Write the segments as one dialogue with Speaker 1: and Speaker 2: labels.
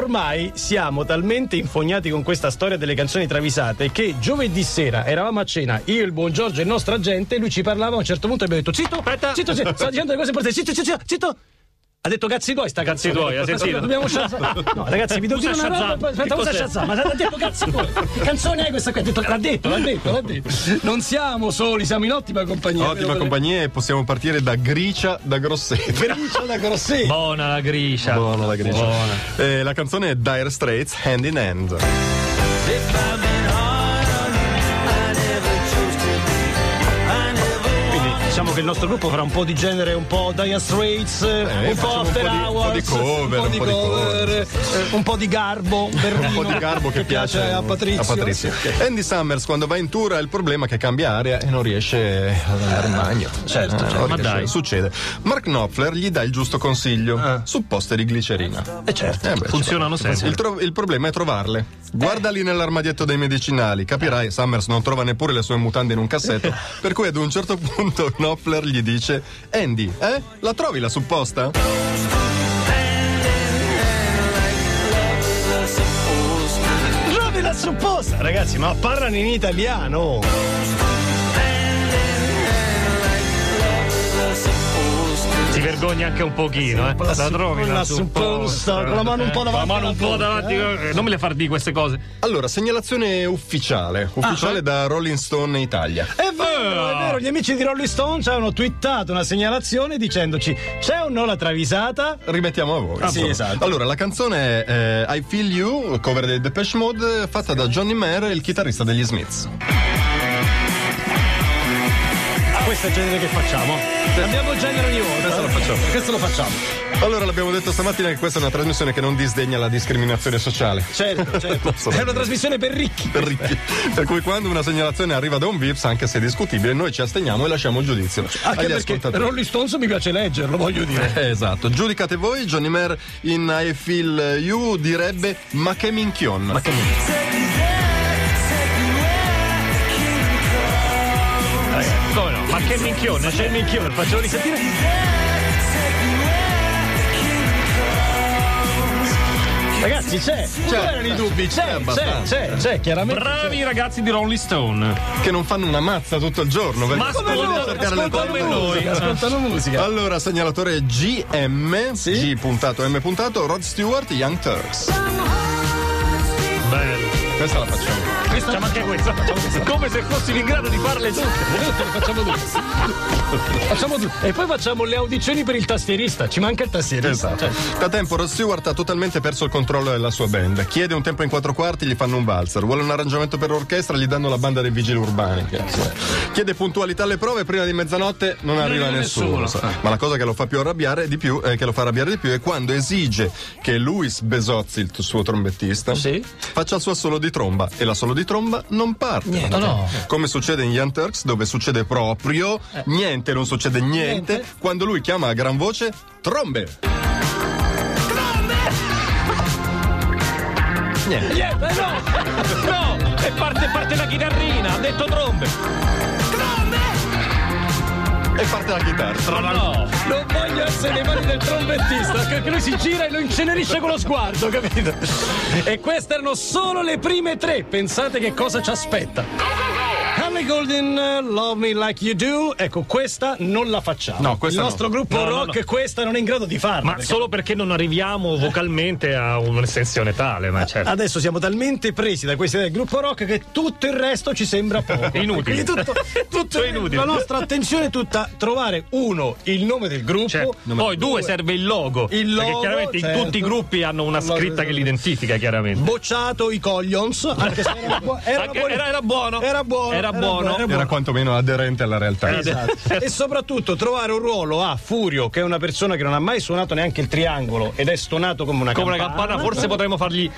Speaker 1: Ormai siamo talmente infognati con questa storia delle canzoni travisate che giovedì sera eravamo a cena, io, il buon Giorgio e il nostro agente, lui ci parlava, a un certo punto abbiamo detto zitto,
Speaker 2: Aspetta.
Speaker 1: zitto, zitto, sta dicendo le cose importanti, zitto, zitto, zitto, zitto. Ha detto cazzi tuoi sta
Speaker 2: Cazzi
Speaker 1: canzone.
Speaker 2: tuoi, ha sentito?
Speaker 1: Dobbiamo Shazam. No, ragazzi, vi devo
Speaker 2: Usa
Speaker 1: dire una roba,
Speaker 2: Shazam.
Speaker 1: poi- aspetta,
Speaker 2: Che
Speaker 1: usa
Speaker 2: cos'è?
Speaker 1: Shazam, ma ha detto cazzi tuoi. Che canzone è questa qui? Ha detto, l'ha detto, l'ha detto, l'ha detto. Non siamo soli, siamo in ottima compagnia.
Speaker 3: Ottima compagnia e possiamo partire da Gricia da Grosseto.
Speaker 1: Felice da Grossetti.
Speaker 2: Buona la gricia.
Speaker 3: Buona la Gricia.
Speaker 2: Buona.
Speaker 3: Eh, la canzone è Dire Straits Hand in Hand.
Speaker 1: Quindi diciamo che il nostro gruppo farà un po' di genere, un po' Dire Straits, un po'
Speaker 3: Eh, facciamo un
Speaker 1: After
Speaker 3: po' di- un po' di
Speaker 1: Hours,
Speaker 3: cover,
Speaker 1: un po' di
Speaker 3: un po' di
Speaker 1: cover, eh, un po' di garbo, un
Speaker 3: Un
Speaker 1: berlino
Speaker 3: po' di garbo che, piace,
Speaker 1: a Patrizio.
Speaker 3: Ok. Andy Summers quando va in tour ha il problema che cambia aria e non riesce ad andare in bagno. Eh,
Speaker 1: certo, certo,
Speaker 3: non
Speaker 2: ma
Speaker 3: riesce,
Speaker 2: dai.
Speaker 3: Succede. Mark Knopfler gli dà il giusto consiglio. Supposte di glicerina.
Speaker 1: Eh, certo.
Speaker 3: Eh beh,
Speaker 2: Funzionano
Speaker 3: ci fa-
Speaker 2: sempre.
Speaker 3: Il, tro- il problema è trovarle. Guardali nell'armadietto dei medicinali. Capirai, Summers non trova neppure le sue mutande in un cassetto. per cui ad un certo punto Knopfler gli dice: Andy, eh? La trovi la supposta?
Speaker 1: Trovi la supposta, ragazzi, ma parlano in italiano.
Speaker 2: Si vergogna anche un pochino, eh. La, trovi
Speaker 1: la supposta, con la mano un po' davanti
Speaker 2: La mano un
Speaker 1: alla
Speaker 2: po' davanti. eh, Non me le far di queste cose.
Speaker 3: Allora, segnalazione ufficiale.
Speaker 1: Ah,
Speaker 3: Ufficiale
Speaker 1: eh?
Speaker 3: da Rolling Stone Italia.
Speaker 1: È vero, è
Speaker 3: Eh.
Speaker 1: vero, gli amici di Rolling Stone ci hanno twittato una segnalazione dicendoci c'è o no la travisata?
Speaker 3: Rimettiamo a voi.
Speaker 1: sì,
Speaker 3: insomma.
Speaker 1: esatto.
Speaker 3: Allora, la canzone è eh, I Feel You, cover dei Depeche Mode, fatta da Johnny Mayer, il chitarrista degli Smiths.
Speaker 1: Questo è il genere che facciamo. Abbiamo il genere ogni volta.
Speaker 3: Questo lo facciamo.
Speaker 1: Questo lo facciamo.
Speaker 3: Allora, l'abbiamo detto stamattina che questa è una trasmissione che non disdegna la discriminazione sociale.
Speaker 1: Certo, certo.
Speaker 3: so.
Speaker 1: È una trasmissione per ricchi.
Speaker 3: per ricchi. Per cui quando una segnalazione arriva da un VIPS, anche se discutibile, noi ci asteniamo e lasciamo il giudizio
Speaker 1: Anche
Speaker 3: agli
Speaker 1: perché
Speaker 3: ascoltatori.
Speaker 1: Rolling Stones mi piace leggerlo, voglio dire.
Speaker 3: Eh, Esatto, giudicate voi, Johnny Mer in I Feel You direbbe ma che minchion. Ma che
Speaker 2: Come no? Ma che minchione? C'è il minchione, facciamo risentire.
Speaker 1: Ragazzi, c'è. C'erano i dubbi, c'è, c'è,
Speaker 3: abbastanza.
Speaker 1: c'è, c'è, chiaramente.
Speaker 2: Bravi ragazzi di Rolling Stone.
Speaker 3: non fanno una mazza tutto il giorno. perché-
Speaker 2: Ma ascolta-
Speaker 3: cercare le
Speaker 2: ascoltano
Speaker 3: cose.
Speaker 2: noi.
Speaker 1: Musica, ascoltano musica.
Speaker 3: Allora, segnalatore GM, G puntato M puntato, Rod Stewart, Young Turks.
Speaker 2: Bello.
Speaker 3: Questa la facciamo.
Speaker 2: Questa ma anche questa. Come se fossimo in grado di farle tutte.
Speaker 1: Facciamo due. Facciamo due. E poi facciamo le audizioni per il tastierista. Ci manca il tastierista. Cioè,
Speaker 3: Esatto. Da tempo Rod Stewart ha totalmente perso il controllo della sua band. Chiede un tempo in quattro quarti, gli fanno un valzer. Vuole un arrangiamento per orchestra, gli danno la banda dei vigili urbani. che cazzo è. Chiede puntualità alle prove, prima di mezzanotte non arriva
Speaker 2: arriva
Speaker 3: nessuno.
Speaker 2: nessuno.
Speaker 3: Ma la cosa che lo fa più arrabbiare di più, eh, che lo fa arrabbiare di più è quando esige che Luis Besozzi, il t- suo trombettista,
Speaker 1: Sì.
Speaker 3: faccia il suo solo di tromba. E la solo di tromba non parte.
Speaker 1: no.
Speaker 3: Come succede in Young Turks, dove succede proprio niente, non succede niente,
Speaker 1: Niente.
Speaker 3: quando lui chiama a gran voce trombe. Niente.
Speaker 2: Yeah, eh, no! No! E parte, parte la chitarrina, ha detto trombe.
Speaker 3: E parte la chitarra.
Speaker 2: Ma no!
Speaker 1: Non voglio essere nei mani del trombettista, perché lui si gira e lo incenerisce con lo sguardo, capito? E queste erano solo le prime tre. Pensate che cosa ci aspetta. Harley Golden, eh, Love Me Like You Do. Ecco, questa non la facciamo.
Speaker 3: No, questa
Speaker 1: Il
Speaker 3: no.
Speaker 1: nostro gruppo
Speaker 2: No, no,
Speaker 1: rock,
Speaker 2: no.
Speaker 1: questa non è in grado di farla.
Speaker 2: Ma
Speaker 1: perché-
Speaker 2: solo perché non arriviamo vocalmente a un'estensione tale, ma certo.
Speaker 1: Adesso siamo talmente presi da questa idea del gruppo rock che tutto il resto ci sembra poco.
Speaker 2: Inutile.
Speaker 1: Quindi Tutto, tutto
Speaker 2: Tutto inutile.
Speaker 1: La nostra attenzione è tutta trovare uno, il nome del gruppo.
Speaker 2: Certo. Poi due serve il logo,
Speaker 1: Il
Speaker 2: perché
Speaker 1: logo,
Speaker 2: chiaramente in
Speaker 1: certo.
Speaker 2: tutti i gruppi hanno una
Speaker 1: Allora,
Speaker 2: scritta che li identifica chiaramente.
Speaker 1: bocciato i coglions anche se era, bu- era
Speaker 2: Anche-
Speaker 1: buoni-
Speaker 2: era- era buono.
Speaker 1: era buono
Speaker 2: Era buono.
Speaker 3: Era quantomeno aderente alla realtà.
Speaker 1: Esatto. e soprattutto trovare un ruolo a Furio che è una persona che non ha mai suonato neanche il triangolo ed è stonato come una
Speaker 2: Come una
Speaker 1: campana
Speaker 2: campana, forse potremmo fargli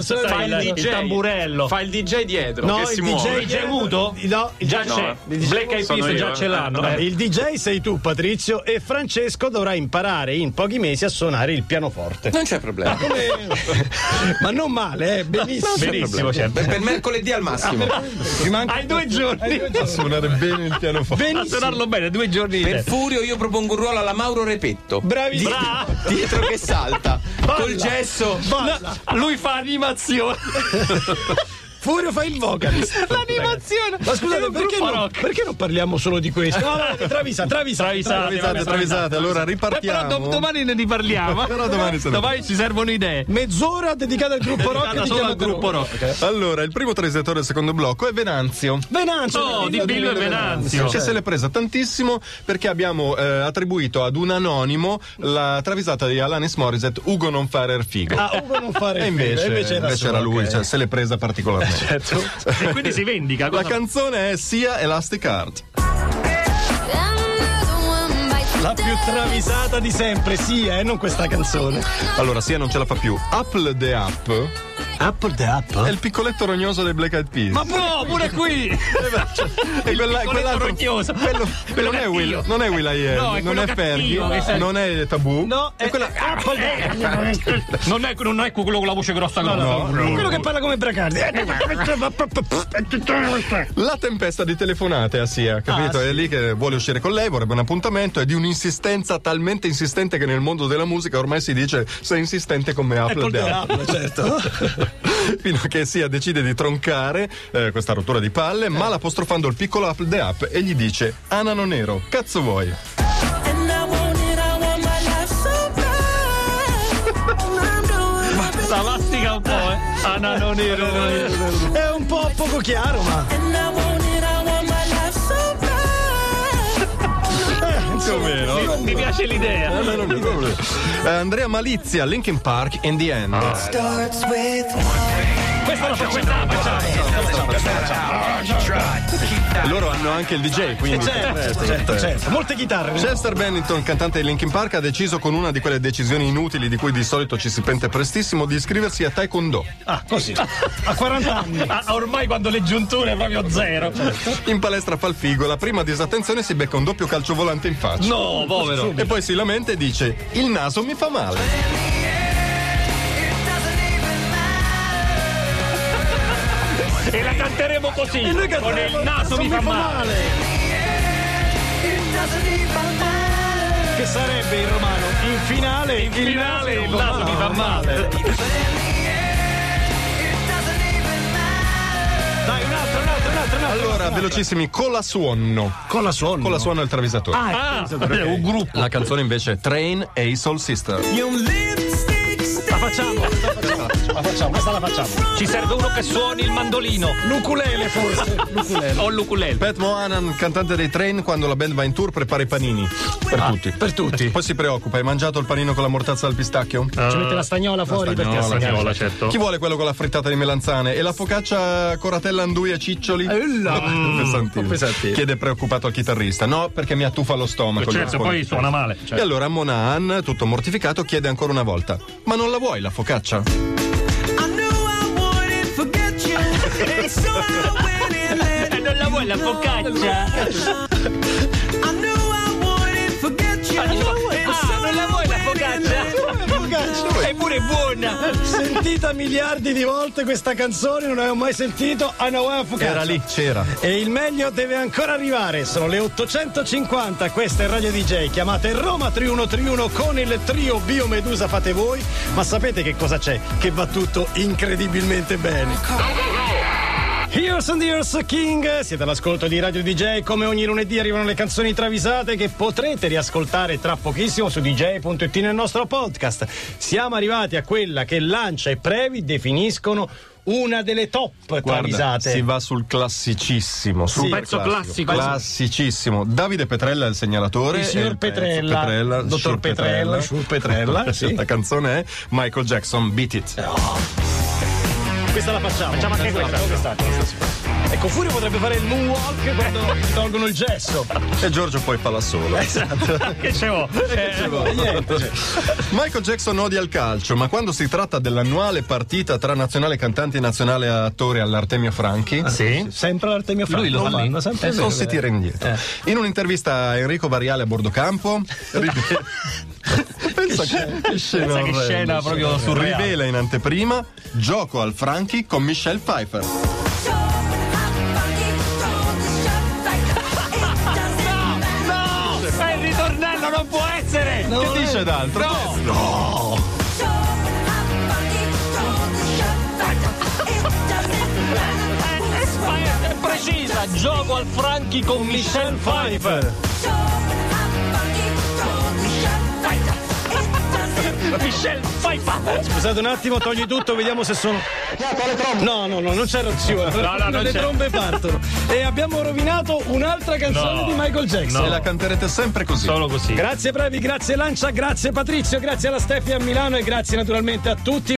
Speaker 1: se-
Speaker 2: sai,
Speaker 1: fa il
Speaker 2: il, il
Speaker 1: DJ.
Speaker 2: tamburello.
Speaker 4: Fa il DJ dietro
Speaker 1: no
Speaker 4: che
Speaker 1: il
Speaker 4: si
Speaker 1: DJ
Speaker 4: muove.
Speaker 2: Il DJ muto?
Speaker 1: no il
Speaker 2: già
Speaker 1: DJ
Speaker 2: c'è.
Speaker 4: no,
Speaker 1: eh.
Speaker 2: Black Eyed
Speaker 4: Sono
Speaker 2: Peas
Speaker 4: io,
Speaker 2: già
Speaker 4: eh.
Speaker 2: ce l'hanno.
Speaker 1: No,
Speaker 2: eh.
Speaker 1: il DJ sei tu Patrizio e Francesco dovrà imparare in pochi mesi a suonare il pianoforte
Speaker 4: Non c'è problema.
Speaker 1: ma non male eh? benissimo
Speaker 2: Benissimo, certo.
Speaker 4: Per mercoledì al massimo.
Speaker 1: Ti manca-
Speaker 2: Hai due giorni.
Speaker 1: giorni.
Speaker 3: A suonare bene il pianoforte.
Speaker 1: Benissimo. A suonarlo bene, due giorni. di
Speaker 4: Per
Speaker 1: tempo.
Speaker 4: Furio io propongo un ruolo alla Mauro Repetto.
Speaker 1: Bravi.
Speaker 4: Di-
Speaker 1: Bra-
Speaker 4: dietro che salta.
Speaker 1: Balla.
Speaker 4: Col gesso.
Speaker 1: Balla.
Speaker 2: Lui fa animazione.
Speaker 1: Furio fa il vocalist.
Speaker 2: L'animazione.
Speaker 1: Ma scusate, Eh, perché non,
Speaker 2: Eh,
Speaker 1: perché non parliamo solo di questo? No, no, Travisa, Travisa.
Speaker 2: Travisate,
Speaker 3: Travisate, travisate, allora ripartiamo.
Speaker 2: Però do- domani ne riparliamo.
Speaker 3: Però domani se ne-
Speaker 2: domani ci servono idee.
Speaker 1: Mezz'ora dedicata al gruppo rock.
Speaker 2: Dedicata
Speaker 1: di
Speaker 2: solo al
Speaker 1: Chiamate
Speaker 2: gruppo
Speaker 1: Rock.
Speaker 2: rock.
Speaker 3: Allora, il primo trasettore del secondo blocco è Venanzio.
Speaker 1: Venanzio.
Speaker 2: Oh, di Billo e Venanzio.
Speaker 3: Che se l'è presa tantissimo perché abbiamo eh, attribuito ad un anonimo la travisata di Alanis Morissette Ugo non fare il figo.
Speaker 1: Ah, Ugo non fare.
Speaker 3: e invece,
Speaker 1: il figo,
Speaker 3: invece era, Cioè,
Speaker 1: solo,
Speaker 3: lui,
Speaker 1: ok.
Speaker 3: cioè se l'è presa particolarmente.
Speaker 2: E quindi si vendica.
Speaker 3: La
Speaker 2: cosa-
Speaker 3: canzone è Sia Elastic Heart.
Speaker 1: La più travisata di sempre, sì, eh, non questa canzone.
Speaker 3: Allora, Sia non ce la fa più. Apple the Up
Speaker 1: Apple the app.
Speaker 3: è il piccoletto rognoso dei Black Eyed Peas. Eh,
Speaker 2: Ma no, pure qui.
Speaker 3: e quella,
Speaker 2: piccoletto
Speaker 3: quell'altro-
Speaker 2: rognoso.
Speaker 3: Quello,
Speaker 2: Quello
Speaker 3: non, è
Speaker 2: cattivo.
Speaker 3: Will, non è Will I Am,
Speaker 2: No, è
Speaker 3: non
Speaker 2: quello
Speaker 3: è
Speaker 2: cattivo che
Speaker 3: Fergie,
Speaker 2: sa-
Speaker 3: non è Tabù.
Speaker 1: No, è, quella... Apple the app.
Speaker 2: Ah, eh, Non è, non è quello con la voce grossa grossa.
Speaker 1: Quello che parla come Bracardi.
Speaker 2: Eh,
Speaker 3: La tempesta di telefonate a Sia,
Speaker 1: Ah,
Speaker 3: capito? È lì che vuole uscire con lei, vorrebbe un appuntamento, è di un'insistenza talmente insistente che nel mondo della musica ormai si dice sei insistente come Apple the Up.
Speaker 1: Eh, Apple, certo.
Speaker 3: Fino a che Sia decide di troncare eh, questa rottura di palle,
Speaker 1: Eh.
Speaker 3: ma l'apostrofando il piccolo Apple the Up e gli dice Anano Nero, cazzo vuoi?
Speaker 2: Salastica un po', eh. Anano nero.
Speaker 1: È un po' poco chiaro, ma.
Speaker 3: Più o meno.
Speaker 2: Mi piace l'idea.
Speaker 3: Anano Nero. Eh, Andrea Malizia, Linkin Park, in the
Speaker 1: Ah,
Speaker 3: end.
Speaker 2: Questa la facciamo. Questa la facciamo.
Speaker 3: Loro hanno anche il DJ, quindi...
Speaker 1: Certo, certo, certo. Molte chitarre.
Speaker 3: Chester Bennington, cantante di Linkin Park, ha deciso con una di quelle decisioni inutili di cui di solito ci si pente prestissimo di iscriversi a Taekwondo.
Speaker 1: Ah, così. A 40 anni.
Speaker 2: Ah, ormai quando le giunture è proprio zero.
Speaker 3: In palestra fa il figo, la prima disattenzione si becca un doppio calcio volante in faccia.
Speaker 2: No, povero.
Speaker 3: E poi si lamenta e dice: Il naso mi fa male.
Speaker 2: E la canteremo così. Con il naso Ah, mi fa male.
Speaker 1: Che sarebbe in romano? In finale, in
Speaker 2: Finale Ah. il naso mi fa male.
Speaker 1: Dai, un altro, un altro, un altro. un altro.
Speaker 3: Allora, velocissimi, colasuonno.
Speaker 1: Con la suono.
Speaker 3: Colasuonno è il travisatore.
Speaker 2: Ah, è un gruppo.
Speaker 3: La canzone invece è Train e i Soul Sister.
Speaker 2: La facciamo.
Speaker 1: La facciamo, questa la facciamo.
Speaker 2: Ci serve uno che suoni il mandolino.
Speaker 1: L'ukulele forse. L'ukulele.
Speaker 2: O l'ukulele.
Speaker 3: Pat Mohanan, cantante dei Train, quando la band va in tour prepara i panini. Per tutti.
Speaker 1: Per tutti.
Speaker 3: Poi si preoccupa, hai mangiato il panino con la mortazza al pistacchio?
Speaker 1: Ci mette la stagnola fuori
Speaker 3: stagnola,
Speaker 1: perché la stagnola.
Speaker 2: certo.
Speaker 3: Chi vuole quello con la frittata di melanzane e la focaccia coratella andui e ciccioli?
Speaker 1: Ella.
Speaker 3: Mm, pesantino. Chiede preoccupato al chitarrista. No, perché mi attuffa lo stomaco. gli Certo.
Speaker 2: Certo,
Speaker 3: risponde.
Speaker 2: poi suona male.
Speaker 3: E allora Monahan, tutto mortificato, chiede ancora una volta: Ma non la vuoi la focaccia?
Speaker 2: E non la vuoi la focaccia? Ah, non la vuoi la
Speaker 1: Eh,
Speaker 2: focaccia? Eppure è buona.
Speaker 1: Sentita miliardi di volte questa canzone, non avevo mai sentito Ah, I Know I'm Focaccia.
Speaker 3: Era lì, c'era.
Speaker 1: E il meglio deve ancora arrivare, sono le 850, questa è Radio DJ, chiamate Roma 3131 con il trio Biomedusa fate voi, ma sapete che cosa c'è? Che va tutto incredibilmente bene. Here's and Here's King, siete all'ascolto di Radio DJ, come ogni lunedì arrivano le canzoni travisate che potrete riascoltare tra pochissimo su dj.it nel nostro podcast. Siamo arrivati a quella che Lancia e Previ definiscono una delle top
Speaker 3: Guarda,
Speaker 1: travisate.
Speaker 3: si va sul classicissimo. Sul
Speaker 2: pezzo classico.
Speaker 3: Classicissimo. Davide Petrella è il segnalatore.
Speaker 1: Il signor
Speaker 3: e pezzo
Speaker 1: Petrella,
Speaker 3: Petrella,
Speaker 1: dottor
Speaker 3: signor
Speaker 1: Petrella, signor Petrella, sì.
Speaker 3: Questa canzone è Michael Jackson, Beat It.
Speaker 1: Questa la facciamo. Facciamo anche questa. Ecco, Furio potrebbe fare il moonwalk quando gli tolgono il gesso.
Speaker 3: E Giorgio poi fa la sola.
Speaker 2: Che oh? ce l'ho?
Speaker 1: Esatto. Niente. cioè.
Speaker 3: Michael Jackson odia il calcio, ma quando si tratta dell'annuale partita tra nazionale cantanti e nazionale attore all'Artemio Franchi,
Speaker 1: Ah.
Speaker 2: Sì.
Speaker 1: Sempre l'Artemio Franco.
Speaker 3: lo
Speaker 1: lo
Speaker 3: fa lì. Eh,
Speaker 1: fanno sempre.
Speaker 3: non si tira indietro. In un'intervista a Enrico Variale a Bordocampo, rivela- pensa che, che
Speaker 2: Pensa che
Speaker 3: scena, orrenda,
Speaker 2: scena proprio
Speaker 3: orrenda.
Speaker 2: surreale.
Speaker 3: Rivela in anteprima gioco al Franchi con Michelle Pfeiffer.
Speaker 5: Show, I'm funky, throw the
Speaker 1: Devo
Speaker 3: Che
Speaker 1: volere.
Speaker 3: dice d'altro?
Speaker 6: No. Ma è, è precisa, gioco al Franchi con Michelle Pfeiffer. Michelle Pfeiffer.
Speaker 1: Scusate un attimo, togli tutto, vediamo se sono. No, no, no, non c'è razione.
Speaker 6: No, no, non
Speaker 1: le
Speaker 6: c'è.
Speaker 1: trombe partono. E abbiamo rovinato un'altra canzone
Speaker 6: No.
Speaker 1: di Michael Jackson.
Speaker 3: E la canterete sempre così.
Speaker 6: Solo così.
Speaker 1: Grazie Brevi, grazie Lancia, grazie Patrizio, grazie alla Steffi a Milano e grazie naturalmente a tutti.